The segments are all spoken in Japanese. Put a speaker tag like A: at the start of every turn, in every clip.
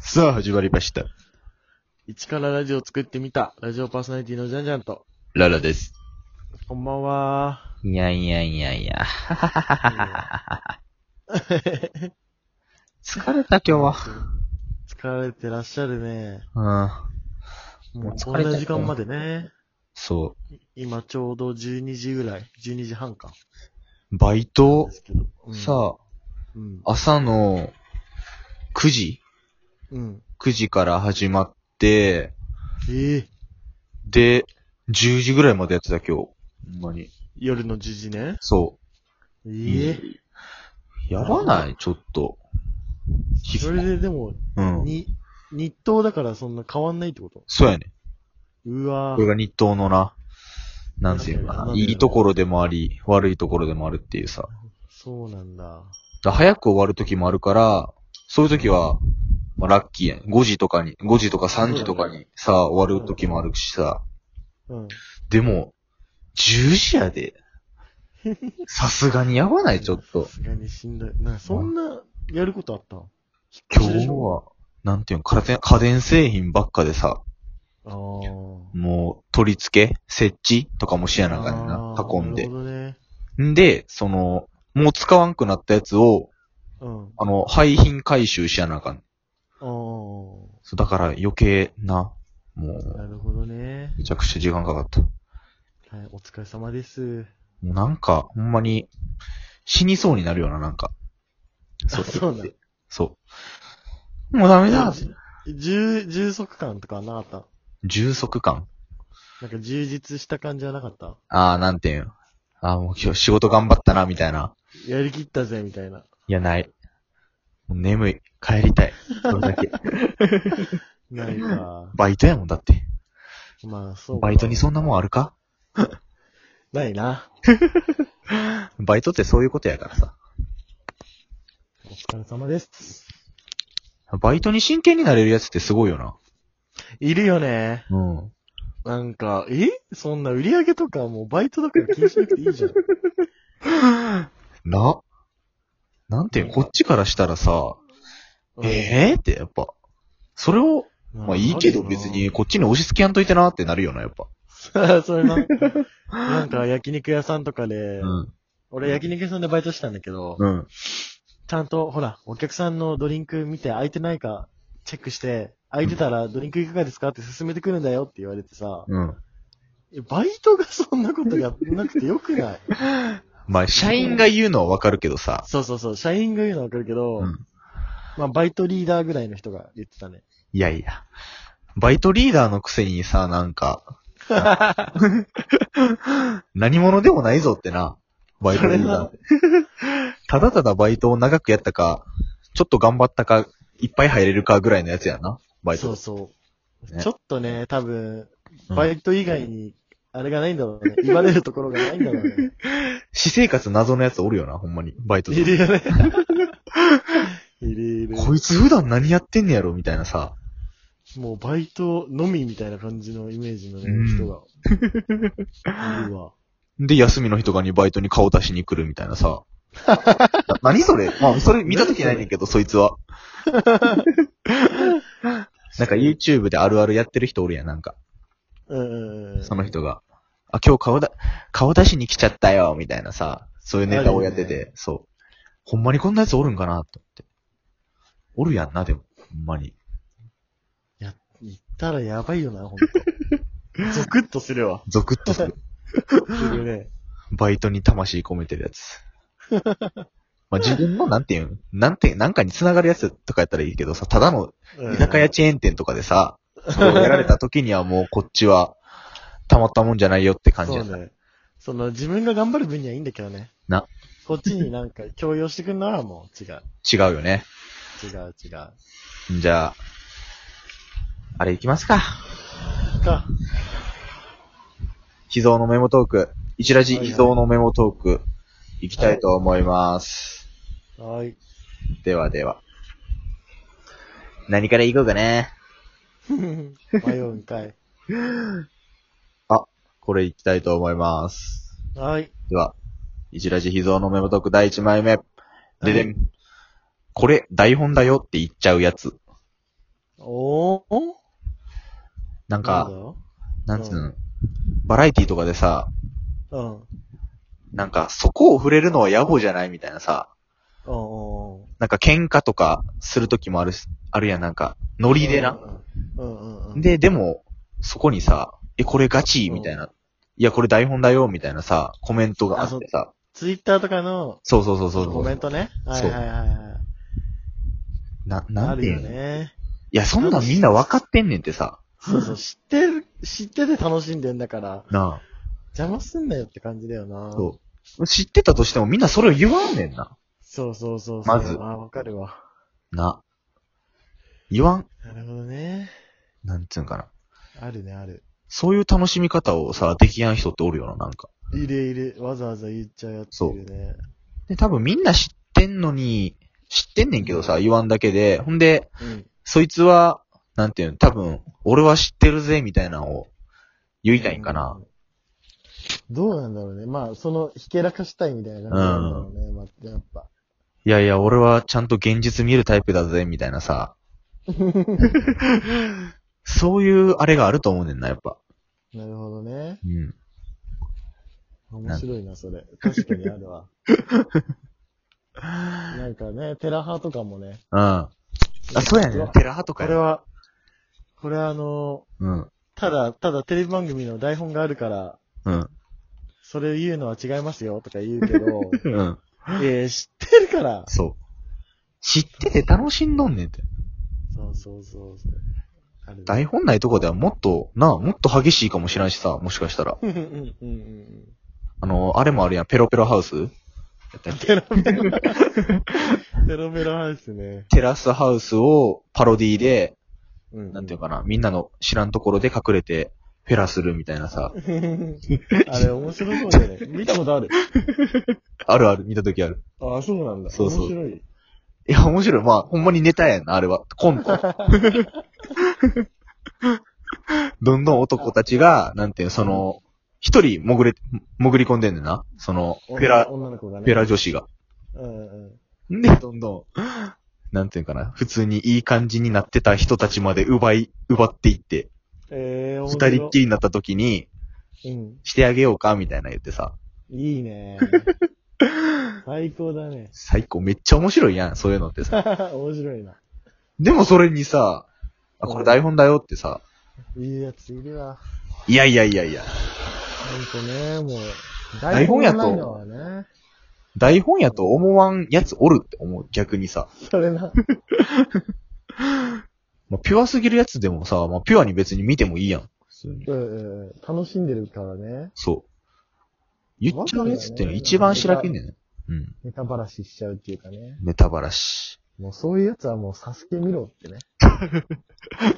A: さあ、始まりました。
B: 一からラジオを作ってみた、ラジオパーソナリティのジャンジャンと、
A: ララです。
B: こんばんは。
C: いやいやいやいや。疲れた今日は。
B: 疲れてらっしゃるね。
C: うん。
B: も
C: もう
B: う
C: 疲
B: こ
C: れ
B: ん
C: てる
B: な時間までね。
C: そ
B: 今ちょうど12時ぐらい、12時半か。
C: バイト
B: で、すけど。うん、
C: さ
B: うん。
C: あ、朝の9時
B: うん。
C: ?9 時から始まって、
B: ええ
C: で、10時ぐらいまでやってた今日。ほんまに。
B: 夜の10時ね。
C: そ
B: ええ
C: う。やばないちょっと。皮
B: そ
C: 膚
B: れででも、
C: うん。
B: に、日当だからそんな変わんないってこと
C: そうやね。
B: うわ
C: これ
B: ぁ。
C: が日東のな、なんていうか
B: なんだ
C: な。
B: よ
C: いいところでもあり、悪いところでもあるっていうさ。
B: そうなんだ。
C: だ早く終わる時もあるから、そういう時は、まあ、ラッキーやん。5時とかに、5時とか3時とかにさ、終わる時もあるしさ。
B: うん。
C: でも、10時やで。さすがにやばない、ちょっと
B: さ。すがにしんどい。な、そんな、やることあった
C: 今日は、なんていうの、家電家電製品ばっかでさ、
B: ああ。
C: もう、取り付け、設置とかも視野なんかにな
B: あ、ー
C: 運ん
B: な
C: で
B: る。ほどね。
C: んで、その、もう使わんくなったやつを、
B: うん。
C: あの、廃品回収しやなあかん。
B: ああ。
C: そうだから余計な、もう、
B: なるほどね。
C: めちゃくちゃ時間かかった。
B: はい、お疲れ様です。
C: もうなんか、ほんまに、死にそうになるような、なんか。
B: あそうなん
C: そう。もうダメだ
B: 充、充足感とかはなかっ
C: 充足感
B: たなんか充実した感じはなかった
C: ああ、なんていうん。ああ、もう今日仕事頑張ったな、みたいな。
B: やりきったぜ、みたいな。
C: いや、ない。もう眠い。帰りたい。それだけ。
B: ないか。
C: バイトやもん、だって。
B: まあ、そうか。
C: バイトにそんなもんあるか
B: ないな。
C: バイトってそういうことやからさ。
B: お疲れ様です。
C: バイトに真剣になれるやつってすごいよな。
B: いるよね。
C: うん。
B: なんか、えそんな売り上げとかもうバイトだから気にしなくていいじゃん。
C: な。なんていうん、こっちからしたらさ、
B: う ん
C: ええー、ってやっぱ、それを、まあいいけど別。にこっちに押し付けやんといてなってなるよな、やっぱ。
B: あるな それな。なんか焼肉屋さんとかで、
C: ん。
B: 俺焼肉屋さんでバイトしたんだけど、
C: うん。
B: ちゃんと、ほら、お客さんのドリンク見て空いてないかチェックして、空いてたらドリンクいかがですかって進めてくるんだよって言われてさ、
C: うん。
B: えバイトがそんなことやってなくてよ くない
C: まあ、社員が言うのはわかるけどさ。
B: そうそうそう、社員が言うのはわかるけど、
C: うん
B: まあバイトリーダーぐらいの人が言ってたね。
C: いやいや。バイトリーダーのくせにさ、なんか、 何者でもないぞってな。バイトリーダー。ただただバイトを長くやったか、ちょっと頑張ったか、いっぱい入れるかぐらいのやつやな。バイ
B: そ
C: ト
B: う。そう。
C: ね
B: ちょっとね、多分、
C: うん
B: バイト以外に、あれがないんだろうね。言われるところがないんだろ うね。
C: 私生活謎のやつおるよな、ほんまに。バイトで
B: いるよね。 いるいる。
C: こいつ普段何やってんねやろみたいなさ。
B: もうバイトのみみたいな感じのイメージのね、
C: うん
B: 人が。いるわ。
C: で、休みの日とかにバイトに顔出しに来るみたいなさ。 な何それまあ、それ見たときないねんけど、そいつ は。なんか YouTube であるあるやってる人おるやん、なんか。
B: うんうんうん。
C: その人が。あ、今日顔だ、顔出しに来ちゃったよ、みたいなさ。そういうネタをやって
B: ある
C: て、そう。ほんまにこんなやつおるんかなと思って。おるやんな、でも。ほんまに。
B: 行ったらやばいよな、ほんと。ゾクッとするわ。
C: ゾクッとする。
B: するね。
C: バイトに魂込めてるやつ。 まあ自分のなんていうん、なんて、なんかに繋がるやつとかやったらいいけどさ、ただの
B: うん
C: 居酒屋チェーン店とかでさ、それをやられた時にはもうこっちは、たまったもんじゃないよって感じ
B: そ
C: や
B: うね。その、自分が頑張る分にはいいんだけどね。
C: な。
B: こっちになんか強要してくんならもう違う。
C: 違うよね。
B: 違う違う。
C: じゃあ、あれ行きますか。
B: か。
C: 秘蔵のメモトーク。一ラジ
B: はいはい
C: 秘蔵のメモトーク、行きたいと思います。
B: はい。
C: ではでは。何から行こうかね。
B: 迷うんかい。
C: これ行きたいと思います。
B: はい。
C: では、一ラジ秘蔵のメモトーク第1枚目。ででん。これ、台本だよって言っちゃうやつ。
B: おー
C: なん
B: なんだ
C: か、
B: よ
C: なんつうの、バラエティとかでさ、
B: うん。うん
C: なんか、そこを触れるのは野暮じゃないみたいなさ、
B: うんうん。
C: なんか喧嘩とかするときもあるし、あるやん、なんか、ノリでな。。
B: うんうんうん。、
C: で、でも、そこにさ、え、これガチみたいな。いや、これ台本だよ、みたいなさ、コメントがあってさ。
B: ツイッターとかの
C: そうそうそうそうそう。
B: コメントね。はい
C: そう
B: はいはいは
C: な、
B: い。
C: な
B: あ
C: んて
B: る
C: いう
B: よ
C: の、
B: ね。
C: いや、そんなんみんな分かってんねんってさ。
B: そうそう、知ってる、知ってて楽しんでんだから、
C: な
B: 邪魔すんなよって感じだよ
C: あ。
B: な。
C: そう。知ってたとしてもみんなそれを言わんねんな。
B: そうそうそうそう。
C: まず
B: ああ、わかるわ。
C: な。言わん、
B: なるほどね。
C: なんつうんかな。
B: あるね、ある。
C: そういう楽しみ方をさ、できやん人っておるよな、なんか。
B: いるいる。わざわざ言っちゃうやついるね。
C: で、多分みんな知ってんのに、知ってんねんけどさ、言わんだけで、ほんで、
B: うん。
C: そいつは、なんていうの、多分、俺は知ってるぜ、みたいなのを言いたいんかな。
B: うん。どうなんだろうね。まあ、その、ひけらかしたいみたいな感じなんだろうね。まあ、やっぱ。
C: いやいや、俺はちゃんと現実見るタイプだぜ、みたいなさ。 そういうあれがあると思うねんな、やっぱ。
B: なるほどね。
C: うん。
B: 面白いな、それ。確かにある わ。なんかね、テラハとかもね。
C: うん。あ、そうやねん。テラハと
B: こ
C: か
B: れ
C: や。
B: は、これはあの、
C: うん。
B: ただ、ただテレビ番組の台本があるから、
C: うん。
B: それを言うのは違いますよとか言うけ ど、
C: うん。
B: えー、知ってるから。
C: そう。知ってて楽しんどんねんって。
B: そうそうそうそう。あるね
C: 台本ないとこではもっと、なあ、もっと激しいかもしれんしさ、もしかしたら。
B: うんうんうんうん。
C: あの、あれもあるやん、ペロペロハウスやったっけ
B: ペロペロ。ペロペロハウスね。
C: テラスハウスをパロディで、
B: うん
C: なんていうかな、みんなの知らんところで隠れて、フェラするみたいなさ。
B: あれ面白そうだよね。見たことある。
C: あるある、見たときある。
B: ああ、そうなんだ。
C: そうそう
B: 面白い。
C: いや、面白い。まあ、ほんまにネタやんな、あれは。コント。 どんどん男たちが、なんていうの、その、一人潜れ、潜り込んでんねんな。その、フェラ、フ
B: 女の子がね。
C: ェラ女子が。
B: うんうん。
C: で、どんどん、なんていうかな、普通にいい感じになってた人たちまで奪い、奪っていって、
B: ええー、面
C: 二
B: 白い
C: 人っきりになった時に、
B: うん。
C: してあげようか、みたいな言ってさ。
B: い いね。最高だね。
C: 最高、めっちゃ面白いやん、そういうのってさ。
B: 面白いな。
C: でもそれにさ、あ、これ台本だよってさ、
B: いいやついるわ。
C: いやいやいやいや、
B: ほんとね、もう。
C: 台本やと
B: ないのはね。
C: 台本やと思わんやつおるって思う、逆にさ。
B: それな。
C: まあ、ピュアすぎるやつでもさ、まあ、ピュアに別に見てもいいやん。普通に
B: うんうんうん。楽しんでるからね。
C: そう。言っちゃうやつってのは一番しらけんねん。うん。
B: ネタばらししちゃうっていうかね。
C: ネタばらし。
B: もうそういうやつはもうサスケ見 ろってね。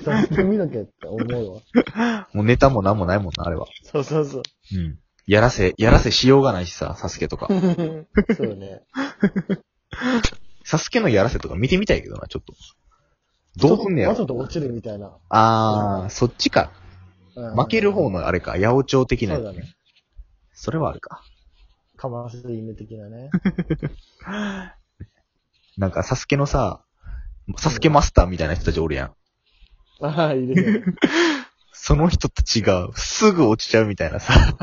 B: サスケ見ろけって思うわ。
C: もうネタもなんもないもんな、あれは。
B: そうそうそう。
C: うん。やらせ、やらせしようがないしさ、サスケとか。
B: そうね。
C: サスケのやらせとか見てみたいけどな、ちょっと。どうすんねや
B: ちょ
C: ろ。
B: っと落ちるみたいな。
C: あー、そっちか。
B: うん
C: 負ける方のあれか、八百長的な
B: そ
C: や
B: う
C: つ
B: だね。
C: それはあるか。
B: かませ犬的な ね。
C: なんか、サスケのさ、サスケマスターみたいな人たちおるやん。
B: ああ、いいですね。
C: その人たちがすぐ落ちちゃうみたいなさ。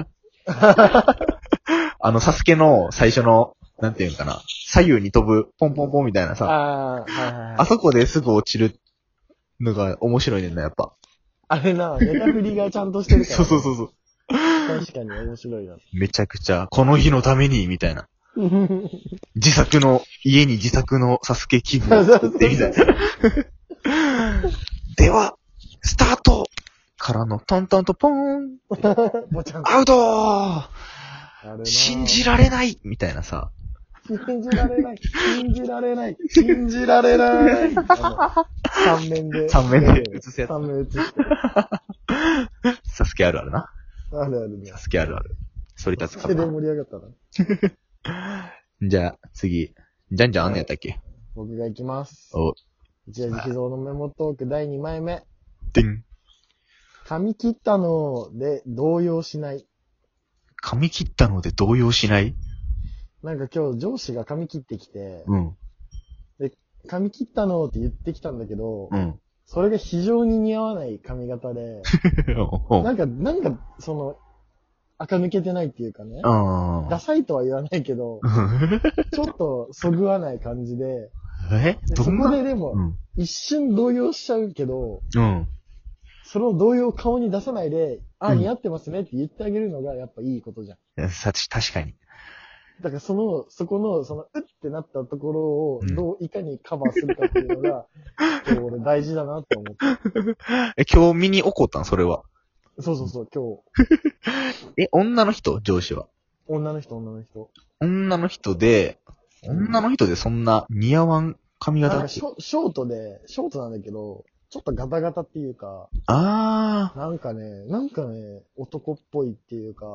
C: あの、サスケの最初の、なんていうんかな、左右に飛ぶ、ポンポンポンみたいな
B: あ
C: さ、
B: あ、 はいはいは
C: あ
B: い。
C: そこですぐ落ちるのが面白いねんな、やっぱ。
B: あれな、ネタ振りがちゃんとしてるから、。
C: そうそうそううそう。
B: 確かに面白いな。
C: めちゃくちゃ、この日のために、みたいな。自作の、家に自作のサスケ器具を作ってみたいな。 では、スタートからのトントンとポーン、
B: ぼちゃん。
C: アウト
B: あれ
C: 信じ
B: ら、
C: られないみたいなさ。
B: 信じられない。信じられない。信じられない。あの三面で。
C: 三面で映すやつ
B: 三面映して。
C: サスケあるあるな。
B: あるあるね
C: サ。スケあるある。そり立つ
B: そ
C: か
B: れで
C: な。
B: 盛り上がったな。
C: じゃあ、次。じゃんじゃんあんのやったっけ
B: 僕が行きます。
C: お、
B: 一味秘蔵のメモトーク第2枚目。
C: でん。
B: 髪切ったので動揺しない。
C: 髪切ったので動揺しない
B: なんか今日上司が髪切ってきて、
C: うん。
B: 髪切ったのって言ってきたんだけど、
C: うん。
B: それが非常に似合わない髪型で、
C: う
B: なんか、なんか、その、垢抜けてないっていうかね、
C: ん。
B: ダサいとは言わないけど、ちょっとそぐわない感じ で、
C: え
B: で
C: ど
B: そ
C: ん
B: こ
C: な
B: ででも
C: う、ん。
B: 一瞬動揺しちゃうけど、
C: うん。
B: その動揺を顔に出さないで、あ、
C: うん
B: 似合ってますねって言ってあげるのがやっぱいいことじゃん。
C: さち、確かに。
B: だからその、そこの、その、うってなったところを
C: うん、
B: どういかにカバーするかっていう のが、今日俺大事だなって思って。
C: え、今日見に起こったんそれは。
B: そうそうそう、今日、
C: え、女の人上司は。
B: 女の人、女の人。
C: 女の人で、女の人でそんな似合わん髪
B: なん
C: 型
B: かショショートで、ショートなんだけど、ちょっとガタガタっていうか、
C: あ
B: なんかね、なんかね、男っぽいっていうか、
C: ー、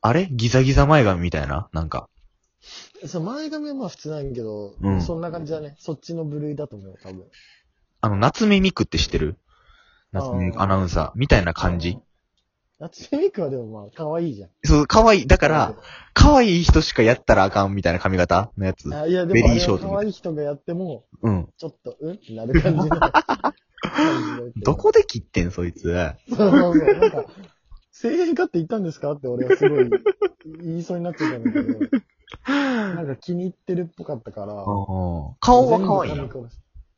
C: あれギザギザ前髪みたいななんか。
B: その前髪はまあ普通なんだけど、
C: うん
B: そんな感じだね。そっちの部類だと思う、多分。
C: あの、夏目ミクって知ってる夏目ミク
B: あー
C: アナウンサーみたいな感じ。
B: 夏目ミクはでもまあ、可愛いじゃん。
C: そう、可愛い。だから、、可愛い人しかやったらあかんみたいな髪型のやつ。
B: あいや、で
C: ベリ
B: も、
C: ー
B: あれ
C: ショー
B: は
C: トみたい
B: 可愛い人がやっても、
C: うん。
B: ちょっと、うんってなる感じの感じ
C: どこで切ってん、そいつ。
B: そうそうそう。なんか、声援かって言ったんですかって俺はすごい言いそうになっちゃったんだけど、なんか気に入ってるっぽかったから。
C: うん顔は可愛い
B: 全
C: の
B: 部。可愛い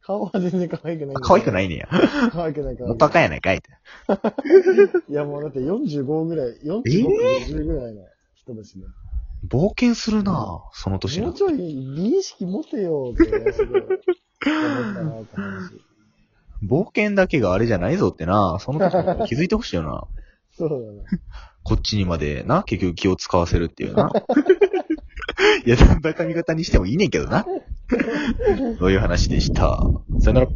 B: 顔は全然可愛くない。
C: あ可愛くないいねや。
B: 可愛くないから。
C: 元カやないかいって。
B: いやもうだって45ぐらい、45、50ぐらいの人だしね。
C: 冒険するなぁ、その年
B: も
C: の
B: う。ちょい美意識持てよって俺はすごい思ったなって話。
C: 冒険だけがあれじゃないぞってなその時も気づいてほしいよな。
B: そうだね。
C: こっちにまでな、結局気を使わせるっていうな。 いや、どんな髪型にしてもいいねんけどな。そういう話でした。さよなら。